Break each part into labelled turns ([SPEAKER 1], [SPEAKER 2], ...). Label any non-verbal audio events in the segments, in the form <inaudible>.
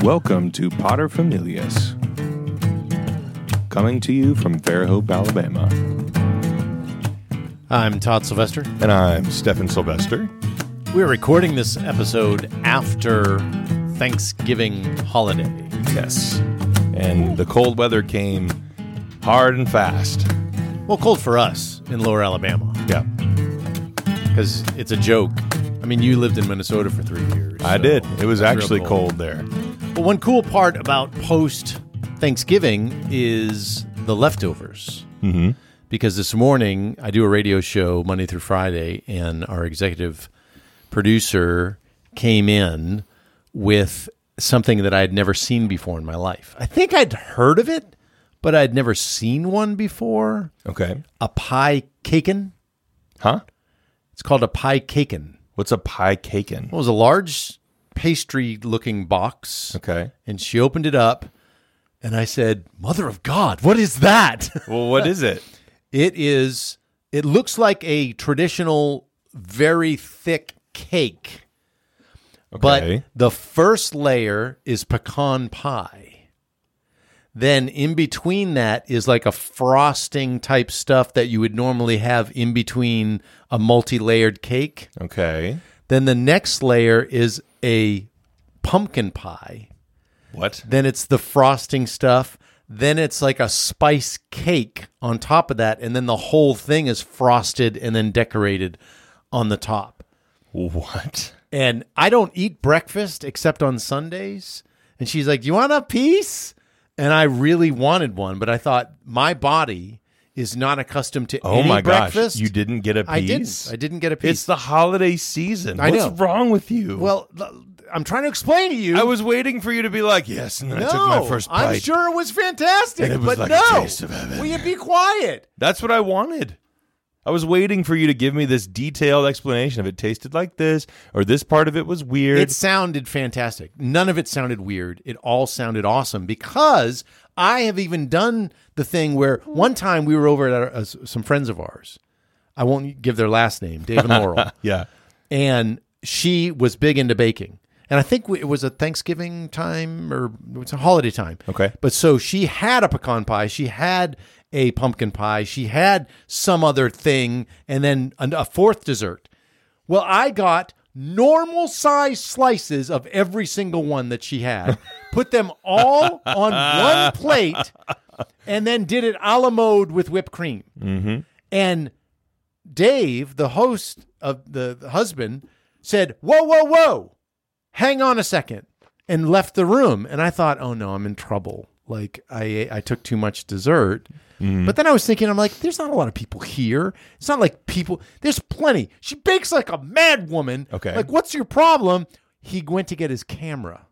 [SPEAKER 1] Welcome to Potter Familias, coming to you from Fairhope, Alabama.
[SPEAKER 2] I'm Todd Sylvester.
[SPEAKER 1] And I'm Stefan Sylvester.
[SPEAKER 2] We're recording this episode after Thanksgiving holiday.
[SPEAKER 1] Yes. And the cold weather came hard and fast.
[SPEAKER 2] Well, cold for us in lower Alabama
[SPEAKER 1] Yeah.
[SPEAKER 2] because it's a joke. I mean, you lived in Minnesota for three years.
[SPEAKER 1] I
[SPEAKER 2] so
[SPEAKER 1] did. It was
[SPEAKER 2] real
[SPEAKER 1] actually cold there.
[SPEAKER 2] But one cool part about post Thanksgiving is the leftovers. Mm-hmm. Because this morning I do a radio show Monday through Friday, and our executive producer came in with something that I had never seen before in my life. I think I'd heard of it, but I'd never seen one before.
[SPEAKER 1] Okay.
[SPEAKER 2] A pie caken.
[SPEAKER 1] Huh?
[SPEAKER 2] It's called a pie caken.
[SPEAKER 1] What's a pie cakin'?
[SPEAKER 2] It was a large pastry looking box
[SPEAKER 1] Okay.
[SPEAKER 2] and she opened it up and i said mother of god what is that <laughs>
[SPEAKER 1] Well, what is it?
[SPEAKER 2] it is it looks like a traditional very thick cake
[SPEAKER 1] Okay.
[SPEAKER 2] but the first layer is pecan pie then in between that is like a frosting type stuff that you would normally have in between a multi-layered cake
[SPEAKER 1] Okay.
[SPEAKER 2] then the next layer is a pumpkin pie
[SPEAKER 1] What?
[SPEAKER 2] then it's the frosting stuff then it's like a spice cake on top of that and then the whole thing is frosted and then decorated on the top
[SPEAKER 1] What?
[SPEAKER 2] and i don't eat breakfast except on sundays and she's like you want a piece and i really wanted one but i thought my body is not accustomed to
[SPEAKER 1] Oh
[SPEAKER 2] any
[SPEAKER 1] my
[SPEAKER 2] breakfast
[SPEAKER 1] gosh. You didn't get a piece?
[SPEAKER 2] i didn't i didn't get a piece
[SPEAKER 1] It's the holiday season.
[SPEAKER 2] I
[SPEAKER 1] What's
[SPEAKER 2] know.
[SPEAKER 1] wrong with you?
[SPEAKER 2] well l- i'm trying to explain to you
[SPEAKER 1] I was waiting for you to be like, yes, and then
[SPEAKER 2] no,
[SPEAKER 1] I took my first bite.
[SPEAKER 2] I'm sure it was fantastic,
[SPEAKER 1] And it was
[SPEAKER 2] but
[SPEAKER 1] like a
[SPEAKER 2] no.
[SPEAKER 1] taste of heaven.
[SPEAKER 2] Will you be quiet?
[SPEAKER 1] That's what I wanted. I was waiting for you to give me this detailed explanation of it tasted like this or this part of it was weird.
[SPEAKER 2] It sounded fantastic. None of it sounded weird. It all sounded awesome because I have even done the thing where one time we were over at our, uh, s- some friends of ours. I won't give their last name, Dave and Laurel.
[SPEAKER 1] yeah.
[SPEAKER 2] and she was big into baking. And I think we, it was a Thanksgiving time or it's a holiday time.
[SPEAKER 1] Okay.
[SPEAKER 2] But so she had a pecan pie, she had a pumpkin pie, she had some other thing, and then an- a fourth dessert. Well, I got normal size slices of every single one that she had, put them all on one plate, and then did it a la mode with whipped cream. And Dave, the host of the, the husband, said, Whoa, whoa, whoa, hang on a second, and left the room. And I thought, Oh no, I'm in trouble. Like I I took too much dessert.
[SPEAKER 1] Mm-hmm.
[SPEAKER 2] But then I was thinking, I'm like, there's not a lot of people here. It's not like people there's plenty. She bakes like a mad woman.
[SPEAKER 1] Okay.
[SPEAKER 2] Like, what's your problem? He went to get his
[SPEAKER 1] <laughs>
[SPEAKER 2] camera.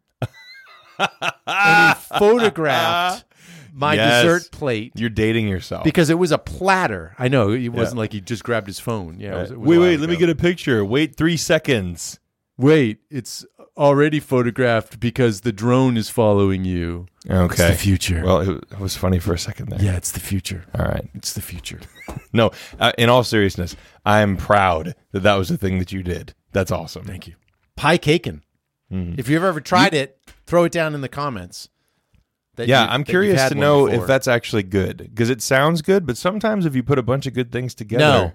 [SPEAKER 2] and he photographed my
[SPEAKER 1] Yes.
[SPEAKER 2] dessert plate
[SPEAKER 1] You're dating yourself.
[SPEAKER 2] because it was a platter. I know it wasn't like he just grabbed his phone. Yeah. it was- it was a
[SPEAKER 1] wait,
[SPEAKER 2] while
[SPEAKER 1] wait, let me
[SPEAKER 2] ago.
[SPEAKER 1] get a picture. Wait three seconds.
[SPEAKER 2] Wait, it's already photographed because the drone is following you. It's
[SPEAKER 1] Okay.
[SPEAKER 2] the future.
[SPEAKER 1] Well, it, it was funny for a second there.
[SPEAKER 2] yeah, it's the future.
[SPEAKER 1] All right.
[SPEAKER 2] It's the future.
[SPEAKER 1] No, uh, in all seriousness, I'm proud that that was the thing that you did. That's awesome.
[SPEAKER 2] Thank you. <laughs> Pie caking. If you've ever tried it, throw it down in the comments. that
[SPEAKER 1] Yeah,
[SPEAKER 2] you-
[SPEAKER 1] I'm
[SPEAKER 2] that you've
[SPEAKER 1] curious
[SPEAKER 2] had
[SPEAKER 1] to
[SPEAKER 2] one
[SPEAKER 1] know
[SPEAKER 2] before.
[SPEAKER 1] if that's actually good because it sounds good, but sometimes if you put a bunch of good things together,
[SPEAKER 2] No,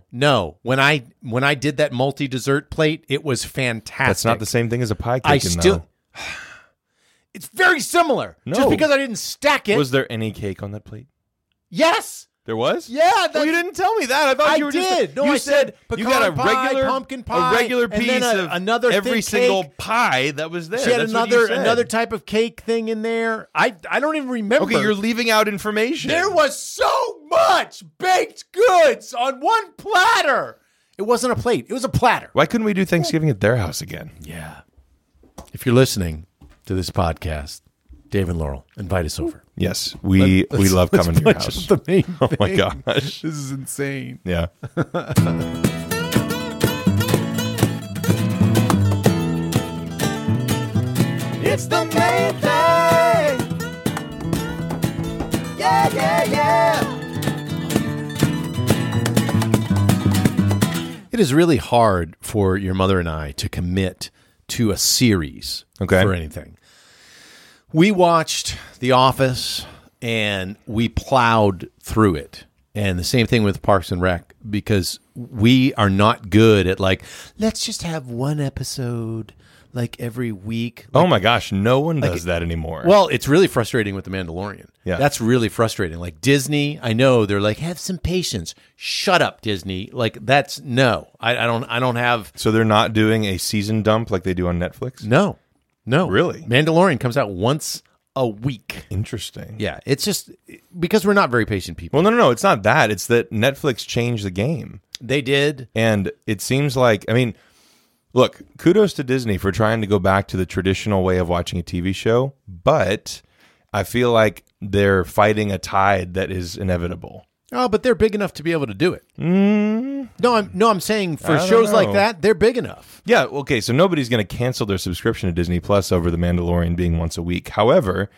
[SPEAKER 2] no. When I when I did that multi dessert plate, it was fantastic.
[SPEAKER 1] that's not the same thing as a pie cake.
[SPEAKER 2] I still. <sighs> It's very similar.
[SPEAKER 1] No.
[SPEAKER 2] Just because I didn't stack it.
[SPEAKER 1] Was there any cake on that plate?
[SPEAKER 2] yes.
[SPEAKER 1] There was?
[SPEAKER 2] Yeah, that's,
[SPEAKER 1] Well, you didn't tell me that. I thought
[SPEAKER 2] I
[SPEAKER 1] you were just.
[SPEAKER 2] did. No,
[SPEAKER 1] you
[SPEAKER 2] I said
[SPEAKER 1] you got a
[SPEAKER 2] pecan pie,
[SPEAKER 1] regular
[SPEAKER 2] pumpkin pie,
[SPEAKER 1] a regular
[SPEAKER 2] and
[SPEAKER 1] piece
[SPEAKER 2] then a-
[SPEAKER 1] of
[SPEAKER 2] another
[SPEAKER 1] every
[SPEAKER 2] thin
[SPEAKER 1] single
[SPEAKER 2] cake.
[SPEAKER 1] pie that was there.
[SPEAKER 2] She had
[SPEAKER 1] That's what you
[SPEAKER 2] another
[SPEAKER 1] said.
[SPEAKER 2] another type of cake thing in there. I I don't even remember.
[SPEAKER 1] Okay, you're leaving out information.
[SPEAKER 2] there was so much baked goods on one platter. It wasn't a plate. It was a platter.
[SPEAKER 1] Why couldn't we do Thanksgiving at their house again?
[SPEAKER 2] Yeah. If you're listening to this podcast, Dave and Laurel, invite us over.
[SPEAKER 1] Yes, we we love coming to your house.
[SPEAKER 2] The main
[SPEAKER 1] Oh <laughs> my gosh!
[SPEAKER 2] This is insane.
[SPEAKER 1] Yeah.
[SPEAKER 2] It's the main thing. Yeah, yeah, yeah. It is really hard for your mother and I to commit to a series
[SPEAKER 1] Okay.
[SPEAKER 2] for anything. We watched The Office and we plowed through it. And the same thing with Parks and Rec because we are not good at like, let's just have one episode like every week.
[SPEAKER 1] oh my gosh, no one does that anymore.
[SPEAKER 2] Well, it's really frustrating with The Mandalorian.
[SPEAKER 1] Yeah.
[SPEAKER 2] That's really frustrating. Like Disney, I know they're like, have some patience. Shut up, Disney. Like that's no. I, I don't I don't have
[SPEAKER 1] so they're not doing a season dump like they do on Netflix.
[SPEAKER 2] no. No.
[SPEAKER 1] Really?
[SPEAKER 2] Mandalorian comes out once a week.
[SPEAKER 1] Interesting.
[SPEAKER 2] Yeah. It's just because we're not very patient people.
[SPEAKER 1] Well, no, no, no. It's not that. It's that Netflix changed the game.
[SPEAKER 2] They did.
[SPEAKER 1] And it seems like, I mean, look, kudos to Disney for trying to go back to the traditional way of watching a TV show, but I feel like they're fighting a tide that is inevitable.
[SPEAKER 2] Oh, but they're big enough to be able to do it. Mm. No, I'm no, I'm saying for
[SPEAKER 1] Mm-hmm. don't
[SPEAKER 2] shows like
[SPEAKER 1] know.
[SPEAKER 2] that, they're big enough.
[SPEAKER 1] Yeah, okay, so nobody's going to cancel their subscription to Disney Plus over The Mandalorian being once a week. However,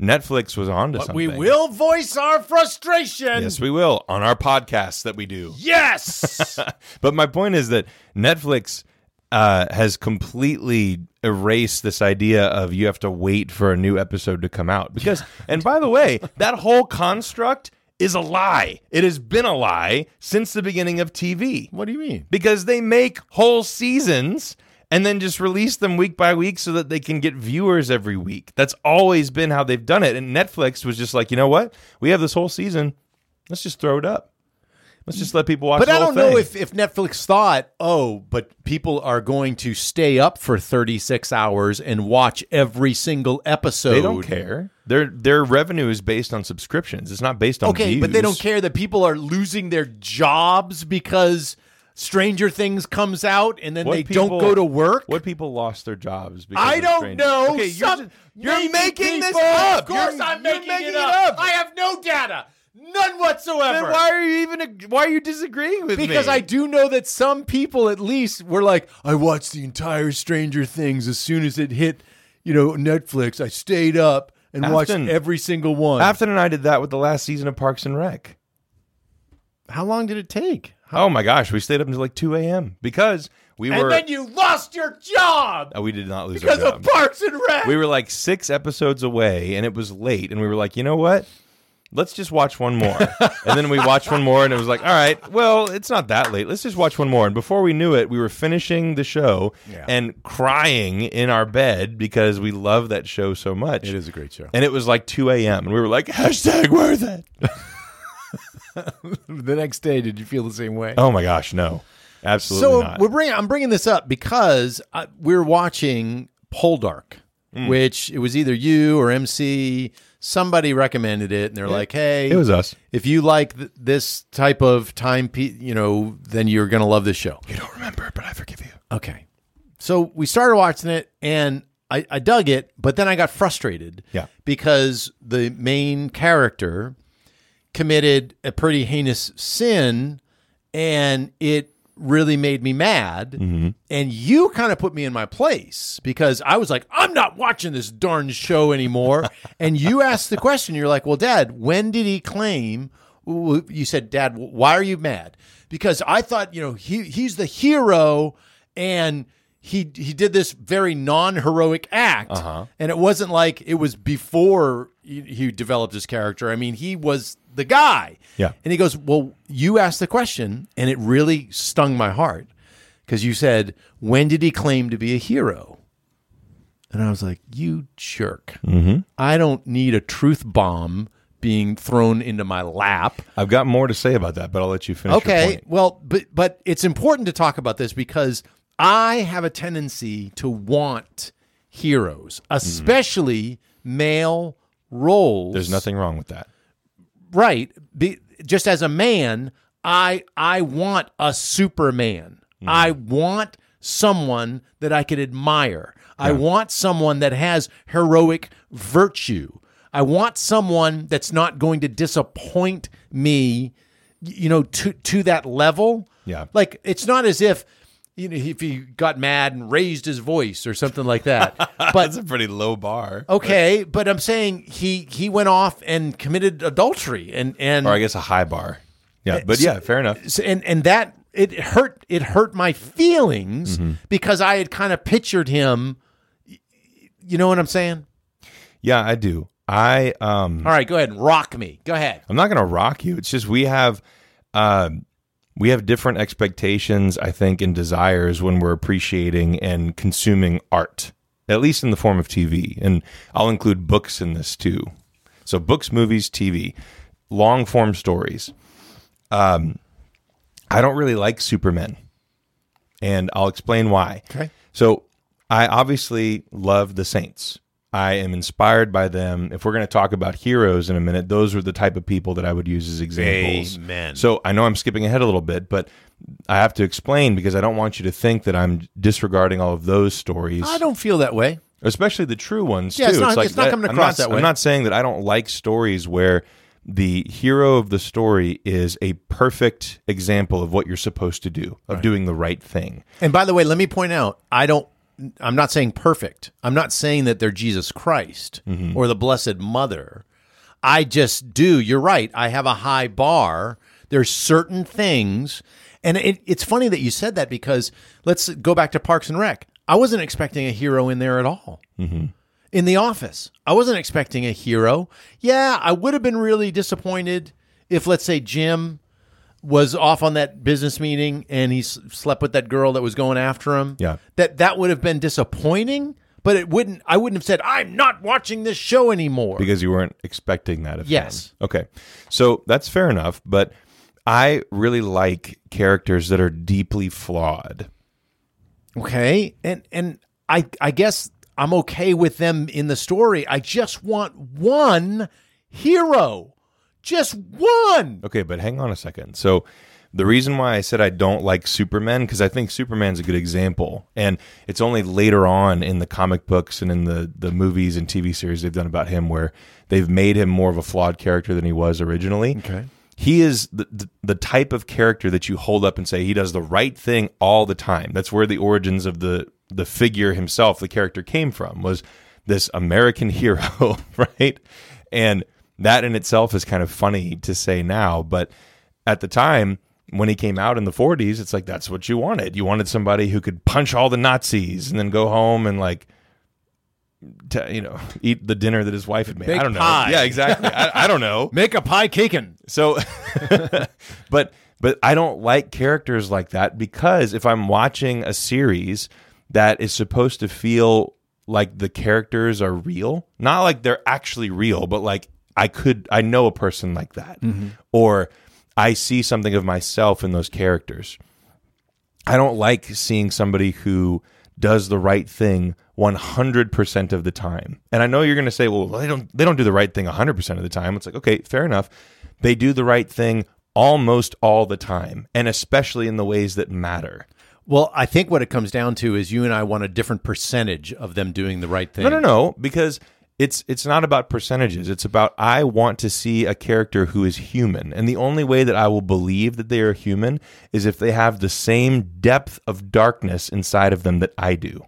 [SPEAKER 1] Netflix was on to something.
[SPEAKER 2] We will voice our frustration.
[SPEAKER 1] Yes, we will on our podcasts that we do.
[SPEAKER 2] Yes. <laughs>
[SPEAKER 1] But my point is that Netflix uh, has completely erased this idea of you have to wait for a new episode to come out.
[SPEAKER 2] <laughs>
[SPEAKER 1] Because, and by the way, that whole construct is a lie. It has been a lie since the beginning of TV
[SPEAKER 2] what do you mean?
[SPEAKER 1] because they make whole seasons and then just release them week by week so that they can get viewers every week. That's always been how they've done it. And Netflix was just like, you know what? We have this whole season. Let's just throw it up. Let's just let people watch.
[SPEAKER 2] But
[SPEAKER 1] the
[SPEAKER 2] I
[SPEAKER 1] whole
[SPEAKER 2] don't know
[SPEAKER 1] thing."
[SPEAKER 2] if, if Netflix thought, oh, but people are going to stay up for 36 hours and watch every single episode.
[SPEAKER 1] They don't care. Their their revenue is based on subscriptions. It's not based on
[SPEAKER 2] Okay,
[SPEAKER 1] views.
[SPEAKER 2] but they don't care that people are losing their jobs because Stranger Things comes out and then
[SPEAKER 1] What
[SPEAKER 2] they
[SPEAKER 1] people-
[SPEAKER 2] don't go to work.
[SPEAKER 1] What people lost their jobs? Because
[SPEAKER 2] I
[SPEAKER 1] of
[SPEAKER 2] don't
[SPEAKER 1] Stranger-
[SPEAKER 2] know.
[SPEAKER 1] Okay, you're,
[SPEAKER 2] Some-
[SPEAKER 1] just- you're
[SPEAKER 2] maybe
[SPEAKER 1] making this
[SPEAKER 2] people-
[SPEAKER 1] up.
[SPEAKER 2] Of course,
[SPEAKER 1] You're-
[SPEAKER 2] I'm
[SPEAKER 1] you're
[SPEAKER 2] making, it, up. I have no data, none whatsoever.
[SPEAKER 1] Then why are you even? Why are you disagreeing with me?
[SPEAKER 2] Because I do know that some people, at least, were like, I watched the entire Stranger Things as soon as it hit, you know, Netflix. I stayed up and
[SPEAKER 1] Afton-
[SPEAKER 2] watched every single one.
[SPEAKER 1] Afton and I did that with the last season of Parks and Rec.
[SPEAKER 2] how long did it take?
[SPEAKER 1] Oh my gosh, we stayed up until like two a.m. because we were.
[SPEAKER 2] you lost your job
[SPEAKER 1] Uh, we did not lose
[SPEAKER 2] because
[SPEAKER 1] our job.
[SPEAKER 2] of Parks and Rec.
[SPEAKER 1] we were like six episodes away and it was late and we were like you know what let's just watch one more and then we watched one more and it was like all right well it's not that late let's just watch one more and before we knew it we were finishing the show
[SPEAKER 2] Yeah.
[SPEAKER 1] and crying in our bed because we love that show so much
[SPEAKER 2] it is a great show.
[SPEAKER 1] and it was like 2 a.m and we were like hashtag worth it
[SPEAKER 2] the next day, did you feel the same way?
[SPEAKER 1] oh my gosh no absolutely
[SPEAKER 2] so
[SPEAKER 1] not
[SPEAKER 2] we're bringing. I'm bringing this up because uh we're watching Poldark, which it was either you or MC. Somebody recommended it, and they're like, "Hey,
[SPEAKER 1] it was us
[SPEAKER 2] if you like th- this type of time, pe- you know, then you're gonna love this show."
[SPEAKER 1] you don't remember but i forgive you
[SPEAKER 2] Okay, so we started watching it, and I, I dug it, but then I got frustrated.
[SPEAKER 1] Yeah.
[SPEAKER 2] because the main character committed a pretty heinous sin, and it really made me mad. And you kind of put me in my place because I was like, I'm not watching this darn show anymore. and you asked the question, you're like, Well, Dad, when did he claim? w- You said, Dad, w- why are you mad? Because I thought, you know, he he's the hero, and he he did this very non-heroic act, and it wasn't like it was before he, he developed his character. I mean, he was the guy.
[SPEAKER 1] Yeah.
[SPEAKER 2] And he goes, Well, you asked the question, and it really stung my heart because you said, When did he claim to be a hero? And I was like, You jerk.
[SPEAKER 1] Mm-hmm.
[SPEAKER 2] I don't need a truth bomb being thrown into my lap.
[SPEAKER 1] i've got more to say about that but i'll let you finish your
[SPEAKER 2] Okay.
[SPEAKER 1] point.
[SPEAKER 2] Well, but but it's important to talk about this because I have a tendency to want heroes,
[SPEAKER 1] Mm-hmm.
[SPEAKER 2] especially male roles.
[SPEAKER 1] there's nothing wrong with that
[SPEAKER 2] right be, just as a man i i want a superman i want someone that i could admire i want someone that has heroic virtue i want someone that's not going to disappoint me y- you know to to that level
[SPEAKER 1] Yeah.
[SPEAKER 2] like it's not as if you know if he got mad and raised his voice or something like that but
[SPEAKER 1] that's a pretty low bar
[SPEAKER 2] Okay, but I'm saying he he went off and committed adultery and and
[SPEAKER 1] or I guess a high bar. Yeah, but yeah, fair enough.
[SPEAKER 2] and and that it hurt it hurt my Mm-hmm. feelings because I had kind of pictured him y- you know what I'm saying?
[SPEAKER 1] Yeah, I do. I um
[SPEAKER 2] All right, go ahead and rock me. Go ahead.
[SPEAKER 1] I'm not gonna rock you. It's just we have uh we have different expectations, I think, and desires when we're appreciating and consuming art, at least in the form of TV. And I'll include books in this too. So books, movies, TV, long form stories. Um I don't really like Superman. And I'll explain why.
[SPEAKER 2] Okay.
[SPEAKER 1] So I obviously love the Saints. I am inspired by them. If we're going to talk about heroes in a minute, those are the type of people that I would use as examples.
[SPEAKER 2] Amen.
[SPEAKER 1] So I know I'm skipping ahead a little bit, but I have to explain because I don't want you to think that I'm disregarding all of those stories,
[SPEAKER 2] I don't feel that way.
[SPEAKER 1] especially the true ones
[SPEAKER 2] Yeah,
[SPEAKER 1] too.
[SPEAKER 2] it's not- it's not coming
[SPEAKER 1] I'm
[SPEAKER 2] across that way.
[SPEAKER 1] I'm not saying that I don't like stories where the hero of the story is a perfect example of what you're supposed to do, of doing the right thing.
[SPEAKER 2] And by the way, let me point out, I don't. I'm not saying perfect. I'm not saying that they're Jesus Christ or the Blessed Mother. I just do. You're right. I have a high bar. There's certain things, and it, it's funny that you said that because let's go back to Parks and Rec. I wasn't expecting a hero in there at all. In the office, I wasn't expecting a hero. Yeah, I would have been really disappointed if, let's say, Jim was off on that business meeting and he s- slept with that girl that was going after him.
[SPEAKER 1] Yeah.
[SPEAKER 2] That that would have been disappointing, but it wouldn't I wouldn't have said I'm not watching this show anymore.
[SPEAKER 1] because you weren't expecting that of
[SPEAKER 2] Yes.
[SPEAKER 1] him. Okay. So that's fair enough, but I really like characters that are deeply flawed.
[SPEAKER 2] okay? And and I I guess I'm okay with them in the story. I just want one hero. Just one.
[SPEAKER 1] Okay, but hang on a second. So the reason why I said I don't like Superman because I think Superman's a good example, and it's only later on in the comic books and in the the movies and TV series they've done about him where they've made him more of a flawed character than he was originally. Okay, he is the the, the type of character that you hold up and say he does the right thing all the time. That's where the origins of the the figure himself, the character, came from was this American <laughs> hero, right? And that in itself is kind of funny to say now, but at the time when he came out in the 40s, it's like that's what you wanted. You wanted somebody who could punch all the Nazis and then go home and like, t- you know, eat the dinner that his wife had made.
[SPEAKER 2] Bake
[SPEAKER 1] I don't know.
[SPEAKER 2] pie.
[SPEAKER 1] Yeah, exactly. I, I don't know.
[SPEAKER 2] Make a pie cakin'.
[SPEAKER 1] So, <laughs> but but I don't like characters like that because if I'm watching a series that is supposed to feel like the characters are real, not like they're actually real, but like I could I know a person like that, or I see something of myself in those characters. I don't like seeing somebody who does the right thing 100% of the time. And I know you're going to say, well, they don't they don't do the right thing 100% of the time. It's like, okay, fair enough. They do the right thing almost all the time, and especially in the ways that matter.
[SPEAKER 2] Well, I think what it comes down to is you and I want a different percentage of them doing the right thing.
[SPEAKER 1] No, no, no, because it's it's not about percentages. It's about I want to see a character who is human, and the only way that I will believe that they are human is if they have the same depth of darkness inside of them that I do.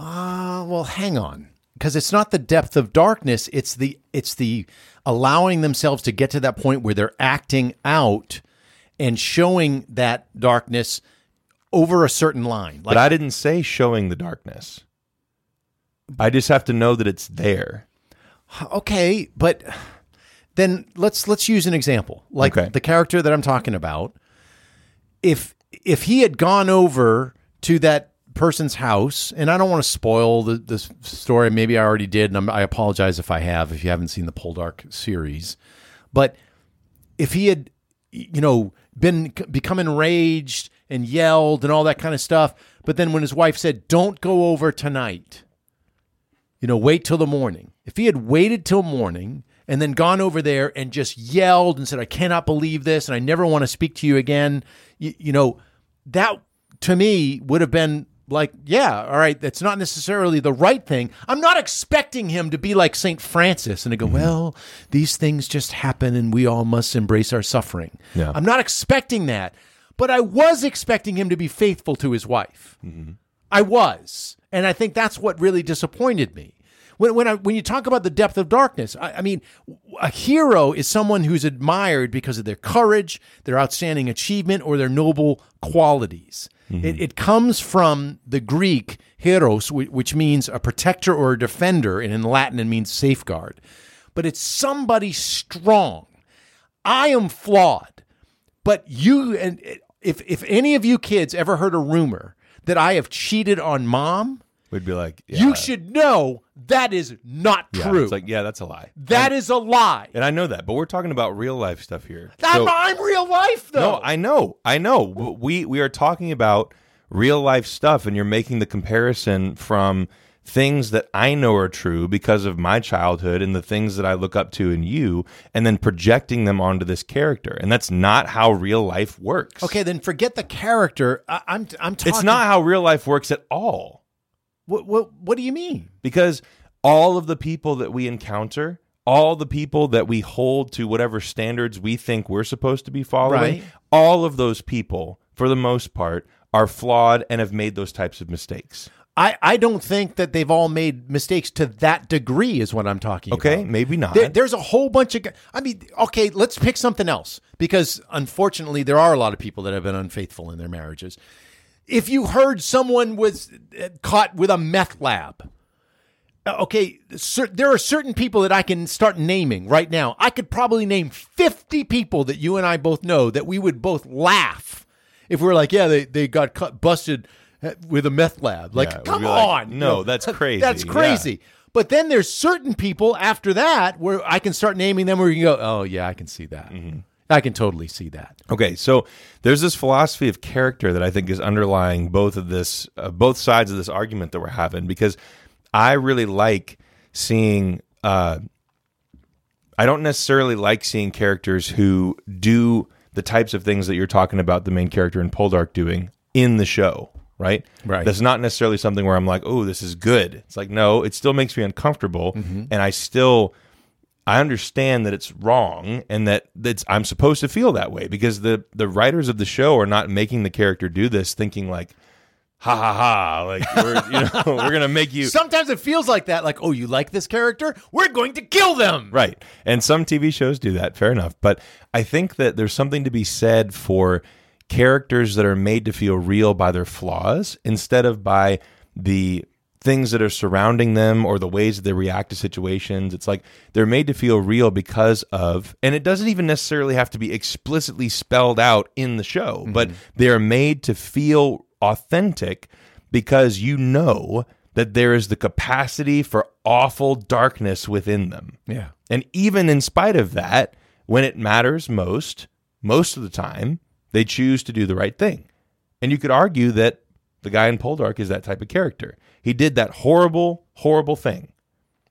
[SPEAKER 2] Uh, well, hang on, because it's not the depth of darkness; it's the it's the allowing themselves to get to that point where they're acting out and showing that darkness over a certain line. Like,
[SPEAKER 1] but I didn't say showing the darkness. I just have to know that it's there.
[SPEAKER 2] okay, but then let's let's use an example, like
[SPEAKER 1] Okay.
[SPEAKER 2] the character that I'm talking about. If if he had gone over to that person's house, and I don't want to spoil the this story, maybe I already did, and I'm, I apologize if I have, if you haven't seen the Poldark series, but if he had, you know, been become enraged and yelled and all that kind of stuff, but then when his wife said, "Don't go over tonight," you know, wait till the morning. If he had waited till morning and then gone over there and just yelled and said, I cannot believe this and I never want to speak to you again, you, you know, that to me would have been like, yeah, all right, that's not necessarily the right thing. I'm not expecting him to be like St. Francis and to go, well, these things just happen and we all must embrace our suffering.
[SPEAKER 1] Yeah.
[SPEAKER 2] I'm not expecting that, but I was expecting him to be faithful to his wife. I was. And I think that's what really disappointed me When when I, when you talk about the depth of darkness, I, I mean, a hero is someone who's admired because of their courage, their outstanding achievement, or their noble qualities. It, it comes from the Greek heros, whi- which means a protector or a defender, and in Latin it means safeguard. But it's somebody strong. I am flawed. But you and if if any of you kids ever heard a rumor that I have cheated on mom,
[SPEAKER 1] We'd be like, yeah,
[SPEAKER 2] you should know that is not
[SPEAKER 1] yeah.
[SPEAKER 2] true.
[SPEAKER 1] It's like, yeah, that's a lie.
[SPEAKER 2] that is a lie.
[SPEAKER 1] And I know that, but we're talking about real life stuff here.
[SPEAKER 2] I'm,
[SPEAKER 1] So-
[SPEAKER 2] I'm real life though.
[SPEAKER 1] No, I know, I know. W- We we are talking about real life stuff, and you're making the comparison from things that I know are true because of my childhood and the things that I look up to in you, and then projecting them onto this character, and that's not how real life works.
[SPEAKER 2] okay, then forget the character. I, I'm I'm talking.
[SPEAKER 1] it's not how real life works at all.
[SPEAKER 2] What what what do you mean?
[SPEAKER 1] because all of the people that we encounter all the people that we hold to whatever standards we think we're supposed to be following
[SPEAKER 2] Right.
[SPEAKER 1] all of those people for the most part are flawed and have made those types of mistakes
[SPEAKER 2] I, I don't think that they've all made mistakes to that degree is what I'm talking about.
[SPEAKER 1] okay maybe not
[SPEAKER 2] There- there's a whole bunch of. gu- I mean, okay, let's pick something else because unfortunately, there are a lot of people that have been unfaithful in their marriages. If you heard someone was uh, caught with a meth lab, uh, okay, cer- there are certain people that I can start naming right now. I could probably name 50 people that you and I both know that we would both laugh if we were like, yeah, they, they got cut, busted uh, with a meth lab. Like,
[SPEAKER 1] Yeah, we'd be
[SPEAKER 2] come
[SPEAKER 1] like,
[SPEAKER 2] on.
[SPEAKER 1] "No, that's crazy."
[SPEAKER 2] <laughs> That's
[SPEAKER 1] Yeah.
[SPEAKER 2] crazy. But then there's certain people after that where I can start naming them where you can go, oh, yeah, I can see that.
[SPEAKER 1] Mm-hmm.
[SPEAKER 2] I can totally see that.
[SPEAKER 1] Okay, so there's this philosophy of character that I think is underlying both of this, uh, both sides of this argument that we're having. Because I really like seeing, uh, I don't necessarily like seeing characters who do the types of things that you're talking about the main character in Poldark doing in the show. Right,
[SPEAKER 2] Right.
[SPEAKER 1] That's not necessarily something where I'm like, "Oh, this is good." It's like, no, it still makes me uncomfortable, and I still I understand that it's wrong and that that's I'm supposed to feel that way because the the writers of the show are not making the character do this thinking like ha ha ha like we're you know <laughs> we're going to make
[SPEAKER 2] <laughs>
[SPEAKER 1] you
[SPEAKER 2] Sometimes it feels like that, like, oh, you like this character? We're going to kill them.
[SPEAKER 1] right. And some TV shows do that, fair enough, but I think that there's something to be said for characters that are made to feel real by their flaws instead of by the things that are surrounding them or the ways that they react to situations. It's like they're made to feel real because of, and it doesn't even necessarily have to be explicitly spelled out in the show, but they're made to feel authentic because you know that there is the capacity for awful darkness within them.
[SPEAKER 2] Yeah.
[SPEAKER 1] And even in spite of that, when it matters most, most of the time, they choose to do the right thing. And you could argue that the guy in Poldark is that type of character. He did that horrible, horrible thing.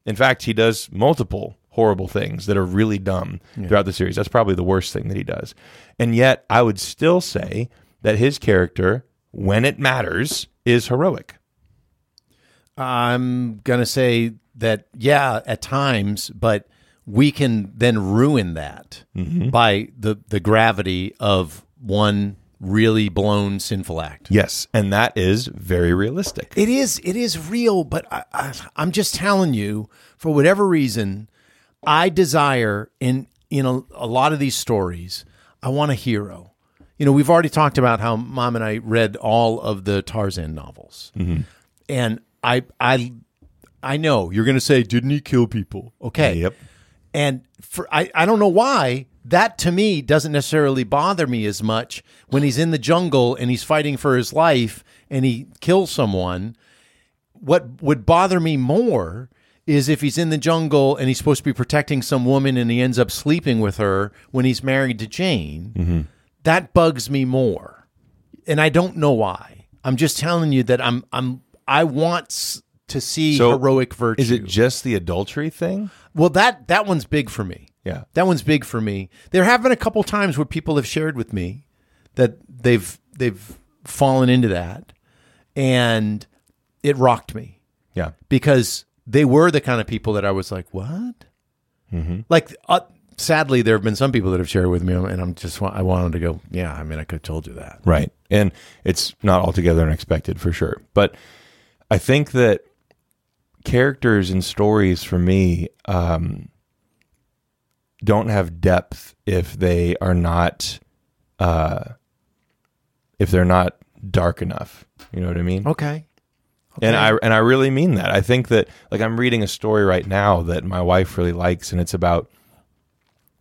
[SPEAKER 1] In fact, he does multiple horrible things that are really dumb throughout the series. That's probably the worst thing that he does. And yet, I would still say that his character, when it matters, is heroic.
[SPEAKER 2] I'm going to say that, yeah, at times, but we can then ruin that by the, the gravity of one really blown sinful act.
[SPEAKER 1] Yes. And that is very realistic.
[SPEAKER 2] It is, it is real, but I, I, I'm just telling you, for whatever reason, I desire in, in a, a lot of these stories, I want a hero. You know, we've already talked about how mom and I read all of the Tarzan novels. And I, I, I know you're going to say, didn't he kill people? Okay.
[SPEAKER 1] Yep.
[SPEAKER 2] And for I, I don't know why that to me doesn't necessarily bother me as much when he's in the jungle and he's fighting for his life and he kills someone. What would bother me more is if he's in the jungle and he's supposed to be protecting some woman and he ends up sleeping with her when he's married to Jane.
[SPEAKER 1] Mm-hmm.
[SPEAKER 2] That bugs me more and I don't know why. I'm just telling you that I'm I'm I want s- to see
[SPEAKER 1] So,
[SPEAKER 2] heroic virtue.
[SPEAKER 1] Is it just the adultery thing?
[SPEAKER 2] well, that that one's big for me.
[SPEAKER 1] Yeah.
[SPEAKER 2] That one's big for me. There have been a couple times where people have shared with me that they've they've fallen into that, and it rocked me
[SPEAKER 1] Yeah.
[SPEAKER 2] because they were the kind of people that I was like, what?
[SPEAKER 1] Mm-hmm.
[SPEAKER 2] Like, uh, sadly, there have been some people that have shared with me, and I'm just I wanted to go, yeah. I mean, I could have told you that.
[SPEAKER 1] Right. And it's not altogether unexpected for sure. But I think that characters and stories for me um, don't have depth if they are not uh, if they're not dark enough. You know what I mean?
[SPEAKER 2] Okay. <laughs>
[SPEAKER 1] And I and I really mean that. I think that like I'm reading a story right now that my wife really likes, and it's about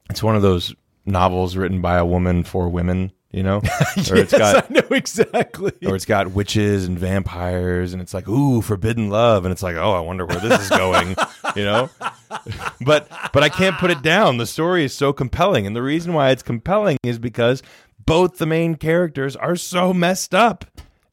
[SPEAKER 1] it's one of those novels written by a woman for women. You know, or it's got
[SPEAKER 2] I know exactly.
[SPEAKER 1] or it's got witches and vampires and it's like ooh forbidden love and it's like oh i wonder where this is going <laughs> you know but but i can't put it down the story is so compelling and the reason why it's compelling is because both the main characters are so messed up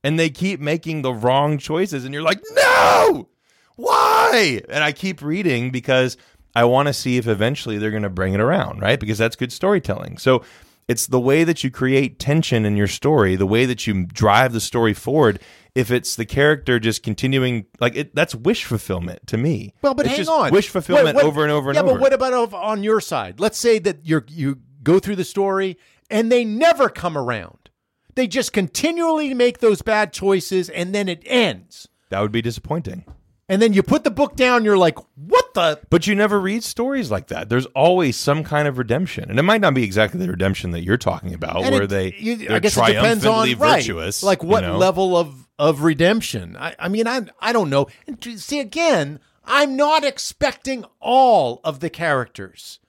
[SPEAKER 1] and they keep making the wrong choices and you're like no why and i keep reading because i want to see if eventually they're going to bring it around right because that's good storytelling so it's the way that you create tension in your story the way that you drive the story forward if it's the character just continuing like it that's wish fulfillment to me
[SPEAKER 2] Well, but
[SPEAKER 1] it's
[SPEAKER 2] hang
[SPEAKER 1] just
[SPEAKER 2] on.
[SPEAKER 1] wish fulfillment
[SPEAKER 2] What- what-
[SPEAKER 1] over and over and
[SPEAKER 2] yeah,
[SPEAKER 1] over
[SPEAKER 2] but what about of- on your side? Let's say that you you go through the story and they never come around. They just continually make those bad choices, and then it ends.
[SPEAKER 1] that would be disappointing
[SPEAKER 2] And then you put the book down. You're like, what the?
[SPEAKER 1] But you never read stories like that. There's always some kind of redemption, and it might not be exactly the redemption that you're talking about,
[SPEAKER 2] And
[SPEAKER 1] where
[SPEAKER 2] it-
[SPEAKER 1] they
[SPEAKER 2] you-
[SPEAKER 1] they're
[SPEAKER 2] I guess it depends on
[SPEAKER 1] triumphantly
[SPEAKER 2] right,
[SPEAKER 1] virtuous.
[SPEAKER 2] like
[SPEAKER 1] you
[SPEAKER 2] what
[SPEAKER 1] know?
[SPEAKER 2] level of of redemption. I, I mean, I I don't know. And to- see again, I'm not expecting all of the characters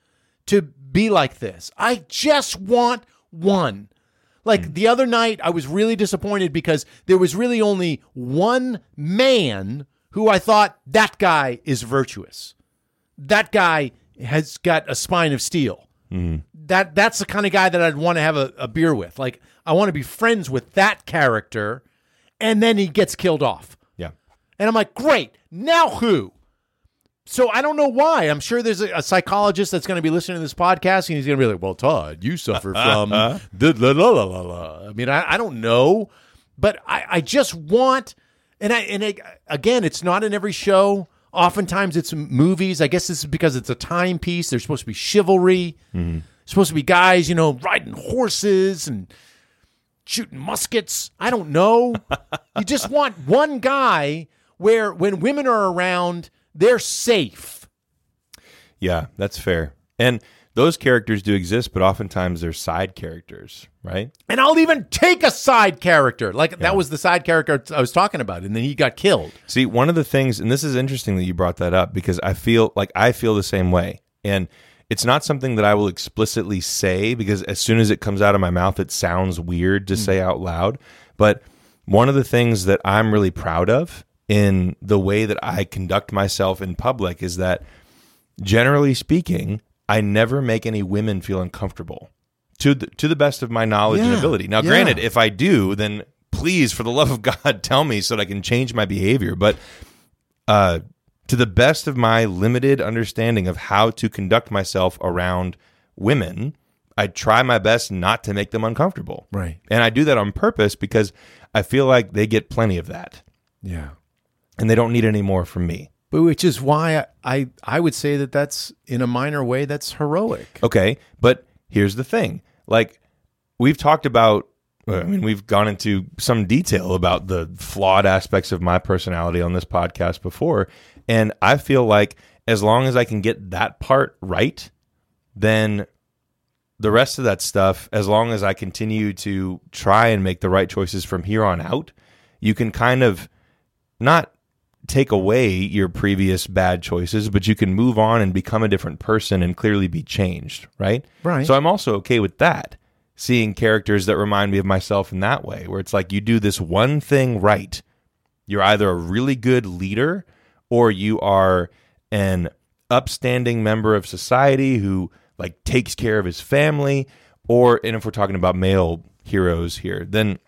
[SPEAKER 2] to be like this. I just want one. Like
[SPEAKER 1] Hmm.
[SPEAKER 2] the other night, I was really disappointed because there was really only one man who I thought that guy is virtuous. That guy has got a spine of steel. That that's the kind of guy that I'd want to have a, a beer with. Like I want to be friends with that character, and then he gets killed off.
[SPEAKER 1] Yeah,
[SPEAKER 2] And I'm like, great, now who? So I don't know why. I'm sure there's a, a psychologist that's going to be listening to this podcast and he's going to be like, well, Todd, you suffer from the la la la la la. I mean, I, I don't know, but I, I just want, and I and I, again, it's not in every show. Oftentimes it's in movies. I guess this is because it's a timepiece. There's supposed to be chivalry. Supposed to be guys, you know, riding horses and shooting muskets. I don't know. you just want one guy where when women are around, they're safe.
[SPEAKER 1] yeah, that's fair. And those characters do exist, but oftentimes they're side characters, right?
[SPEAKER 2] And I'll even take a side character. Like that was the side character I was talking about, and then he got killed.
[SPEAKER 1] See, one of the things, and this is interesting that you brought that up because I feel like I feel the same way. And it's not something that I will explicitly say because as soon as it comes out of my mouth, it sounds weird to say out loud. But one of the things that I'm really proud of in the way that I conduct myself in public is that generally speaking, I never make any women feel uncomfortable to the, to the best of my knowledge and
[SPEAKER 2] Yeah,
[SPEAKER 1] ability. Now,
[SPEAKER 2] yeah.
[SPEAKER 1] granted, if I do, then please, for the love of <laughs> God, tell me so that I can change my behavior. But uh, to the best of my limited understanding of how to conduct myself around women, I try my best not to make them uncomfortable.
[SPEAKER 2] Right.
[SPEAKER 1] And I do that on purpose because I feel like they get plenty of that
[SPEAKER 2] Yeah.
[SPEAKER 1] and they don't need any more from me.
[SPEAKER 2] But which is why I, I I would say that that's in a minor way that's heroic.
[SPEAKER 1] Okay, but here's the thing. Like we've talked about uh, I mean we've gone into some detail about the flawed aspects of my personality on this podcast before and I feel like as long as I can get that part right, then the rest of that stuff as long as I continue to try and make the right choices from here on out, you can kind of not take away your previous bad choices, but you can move on and become a different person and clearly be changed, right?
[SPEAKER 2] Right.
[SPEAKER 1] So I'm also okay with that. Seeing characters that remind me of myself in that way, where it's like you do this one thing right. You're either a really good leader or you are an upstanding member of society who like takes care of his family or and if we're talking about male heroes here, then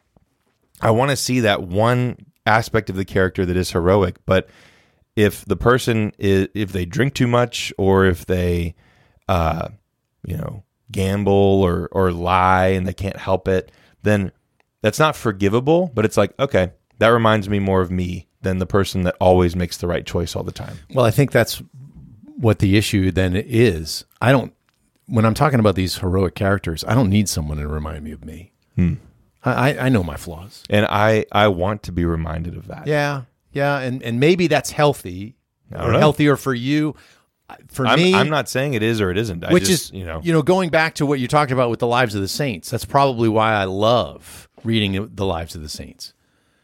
[SPEAKER 1] I want to see that one aspect of the character that is heroic, but if the person is if they drink too much or if they uh you know gamble or or lie and they can't help it, then that's not forgivable, but it's like okay, that reminds me more of me than the person that always makes the right choice all the time.
[SPEAKER 2] Well, I think that's what the issue then is. I don't when I'm talking about these heroic characters, I don't need someone to remind me of me. I, I I know my flaws.
[SPEAKER 1] And I I want to be reminded of that.
[SPEAKER 2] Yeah, yeah, and and maybe that's healthy
[SPEAKER 1] I don't
[SPEAKER 2] or
[SPEAKER 1] know.
[SPEAKER 2] healthier for you. For
[SPEAKER 1] I'm,
[SPEAKER 2] me,
[SPEAKER 1] I'm not saying it is or it isn't. I
[SPEAKER 2] which
[SPEAKER 1] just,
[SPEAKER 2] is
[SPEAKER 1] you know,
[SPEAKER 2] going back to what you talked about with the lives of the saints that's probably why i love reading the lives of the saints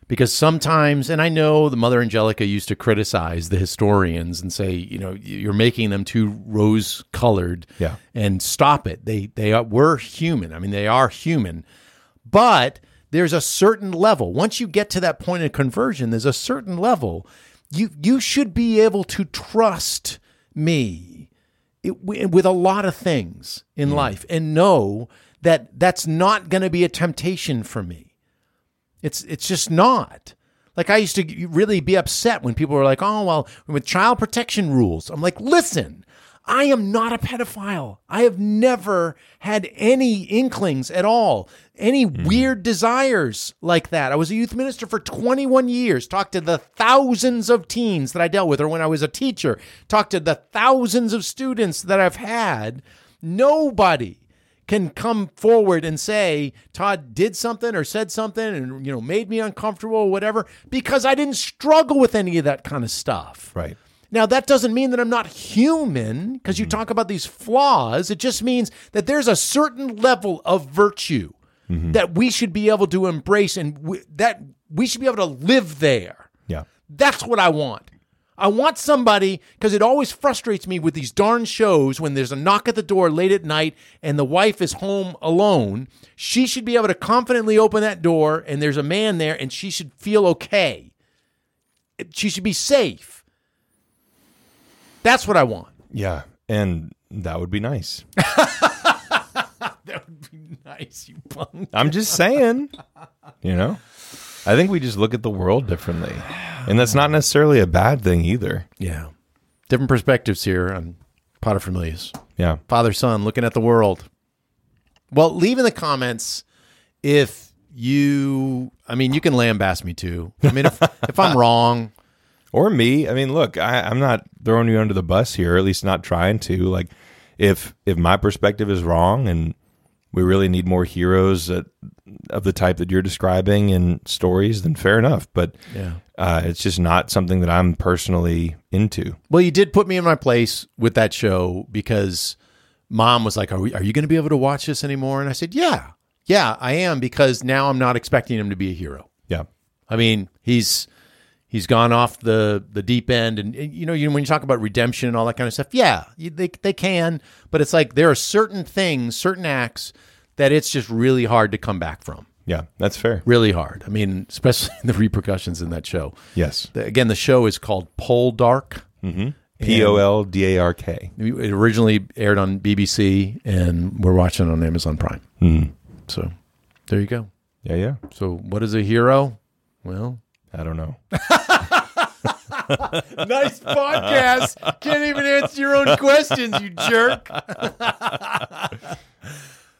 [SPEAKER 2] because sometimes and i know the mother angelica used to criticize the historians and say you know you're making them too rose colored
[SPEAKER 1] Yeah.
[SPEAKER 2] and stop it they they are, were human i mean they are human but there's a certain level once you get to that point of conversion there's a certain level you you should be able to trust me it, wi- with a lot of things in life and know that that's not going to be a temptation for me. It's it's just not. Like I used to really be upset when people were like, "Oh, well, with child protection rules." I'm like, "Listen, I am not a pedophile. I have never had any inklings at all, any weird desires like that. I was a youth minister for 21 years, talked to the thousands of teens that I dealt with or when I was a teacher, talked to the thousands of students that I've had. Nobody can come forward and say Todd did something or said something and you know made me uncomfortable or whatever because I didn't struggle with any of that kind of stuff.
[SPEAKER 1] right.
[SPEAKER 2] Now that doesn't mean that I'm not human because you talk about these flaws. It just means that there's a certain level of virtue that we should be able to embrace and we, that we should be able to live there.
[SPEAKER 1] Yeah.
[SPEAKER 2] That's what I want. I want somebody because it always frustrates me with these darn shows when there's a knock at the door late at night and the wife is home alone. She should be able to confidently open that door and there's a man there and she should feel okay. She should be safe. That's what I want.
[SPEAKER 1] Yeah. And that would be nice.
[SPEAKER 2] That would be <laughs> nice, you punk.
[SPEAKER 1] I'm just
[SPEAKER 2] <laughs>
[SPEAKER 1] saying, you know, I think we just look at the world differently. And that's not necessarily a bad thing either.
[SPEAKER 2] Yeah. Different perspectives here on Potter Familius.
[SPEAKER 1] Yeah.
[SPEAKER 2] father son looking at the world well leave in the comments if you i mean you can lambaste me too i mean if, if i'm wrong
[SPEAKER 1] or me. I mean, look, I, I'm not throwing you under the bus here, or at least not trying to. Like, if if my perspective is wrong, and we really need more heroes that, of the type that you're describing in stories, then fair enough. But
[SPEAKER 2] Yeah.
[SPEAKER 1] uh, it's just not something that I'm personally into.
[SPEAKER 2] well you did put me in my place with that show because mom was like are, we, are you going to be able to watch this anymore and i said yeah yeah i am because now i'm not expecting him to be a hero
[SPEAKER 1] Yeah,
[SPEAKER 2] I mean, he's he's gone off the the deep end, and, and, you know, you when you talk about redemption and all that kind of stuff, yeah, you, they they can, but it's like there are certain things, certain acts that it's just really hard to come back from,
[SPEAKER 1] yeah, that's fair.
[SPEAKER 2] really hard. I mean, especially <laughs> the repercussions in that show.
[SPEAKER 1] Yes,
[SPEAKER 2] The- Again, the show is called Pole Dark.
[SPEAKER 1] Mm-hmm. P O L D A R K.
[SPEAKER 2] It originally aired on BBC, and we're watching it on Amazon Prime. So there you go.
[SPEAKER 1] Yeah, yeah.
[SPEAKER 2] So what is a hero? Well,
[SPEAKER 1] I don't know.
[SPEAKER 2] Nice podcast. Can't even answer your own questions, you jerk. <laughs>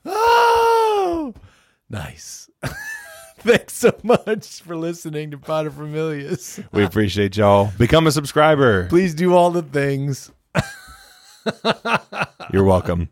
[SPEAKER 2] oh, nice. <laughs> Thanks so much for listening to Potter Familius.
[SPEAKER 1] we appreciate y'all. Become a subscriber.
[SPEAKER 2] Please do all the things.
[SPEAKER 1] You're welcome.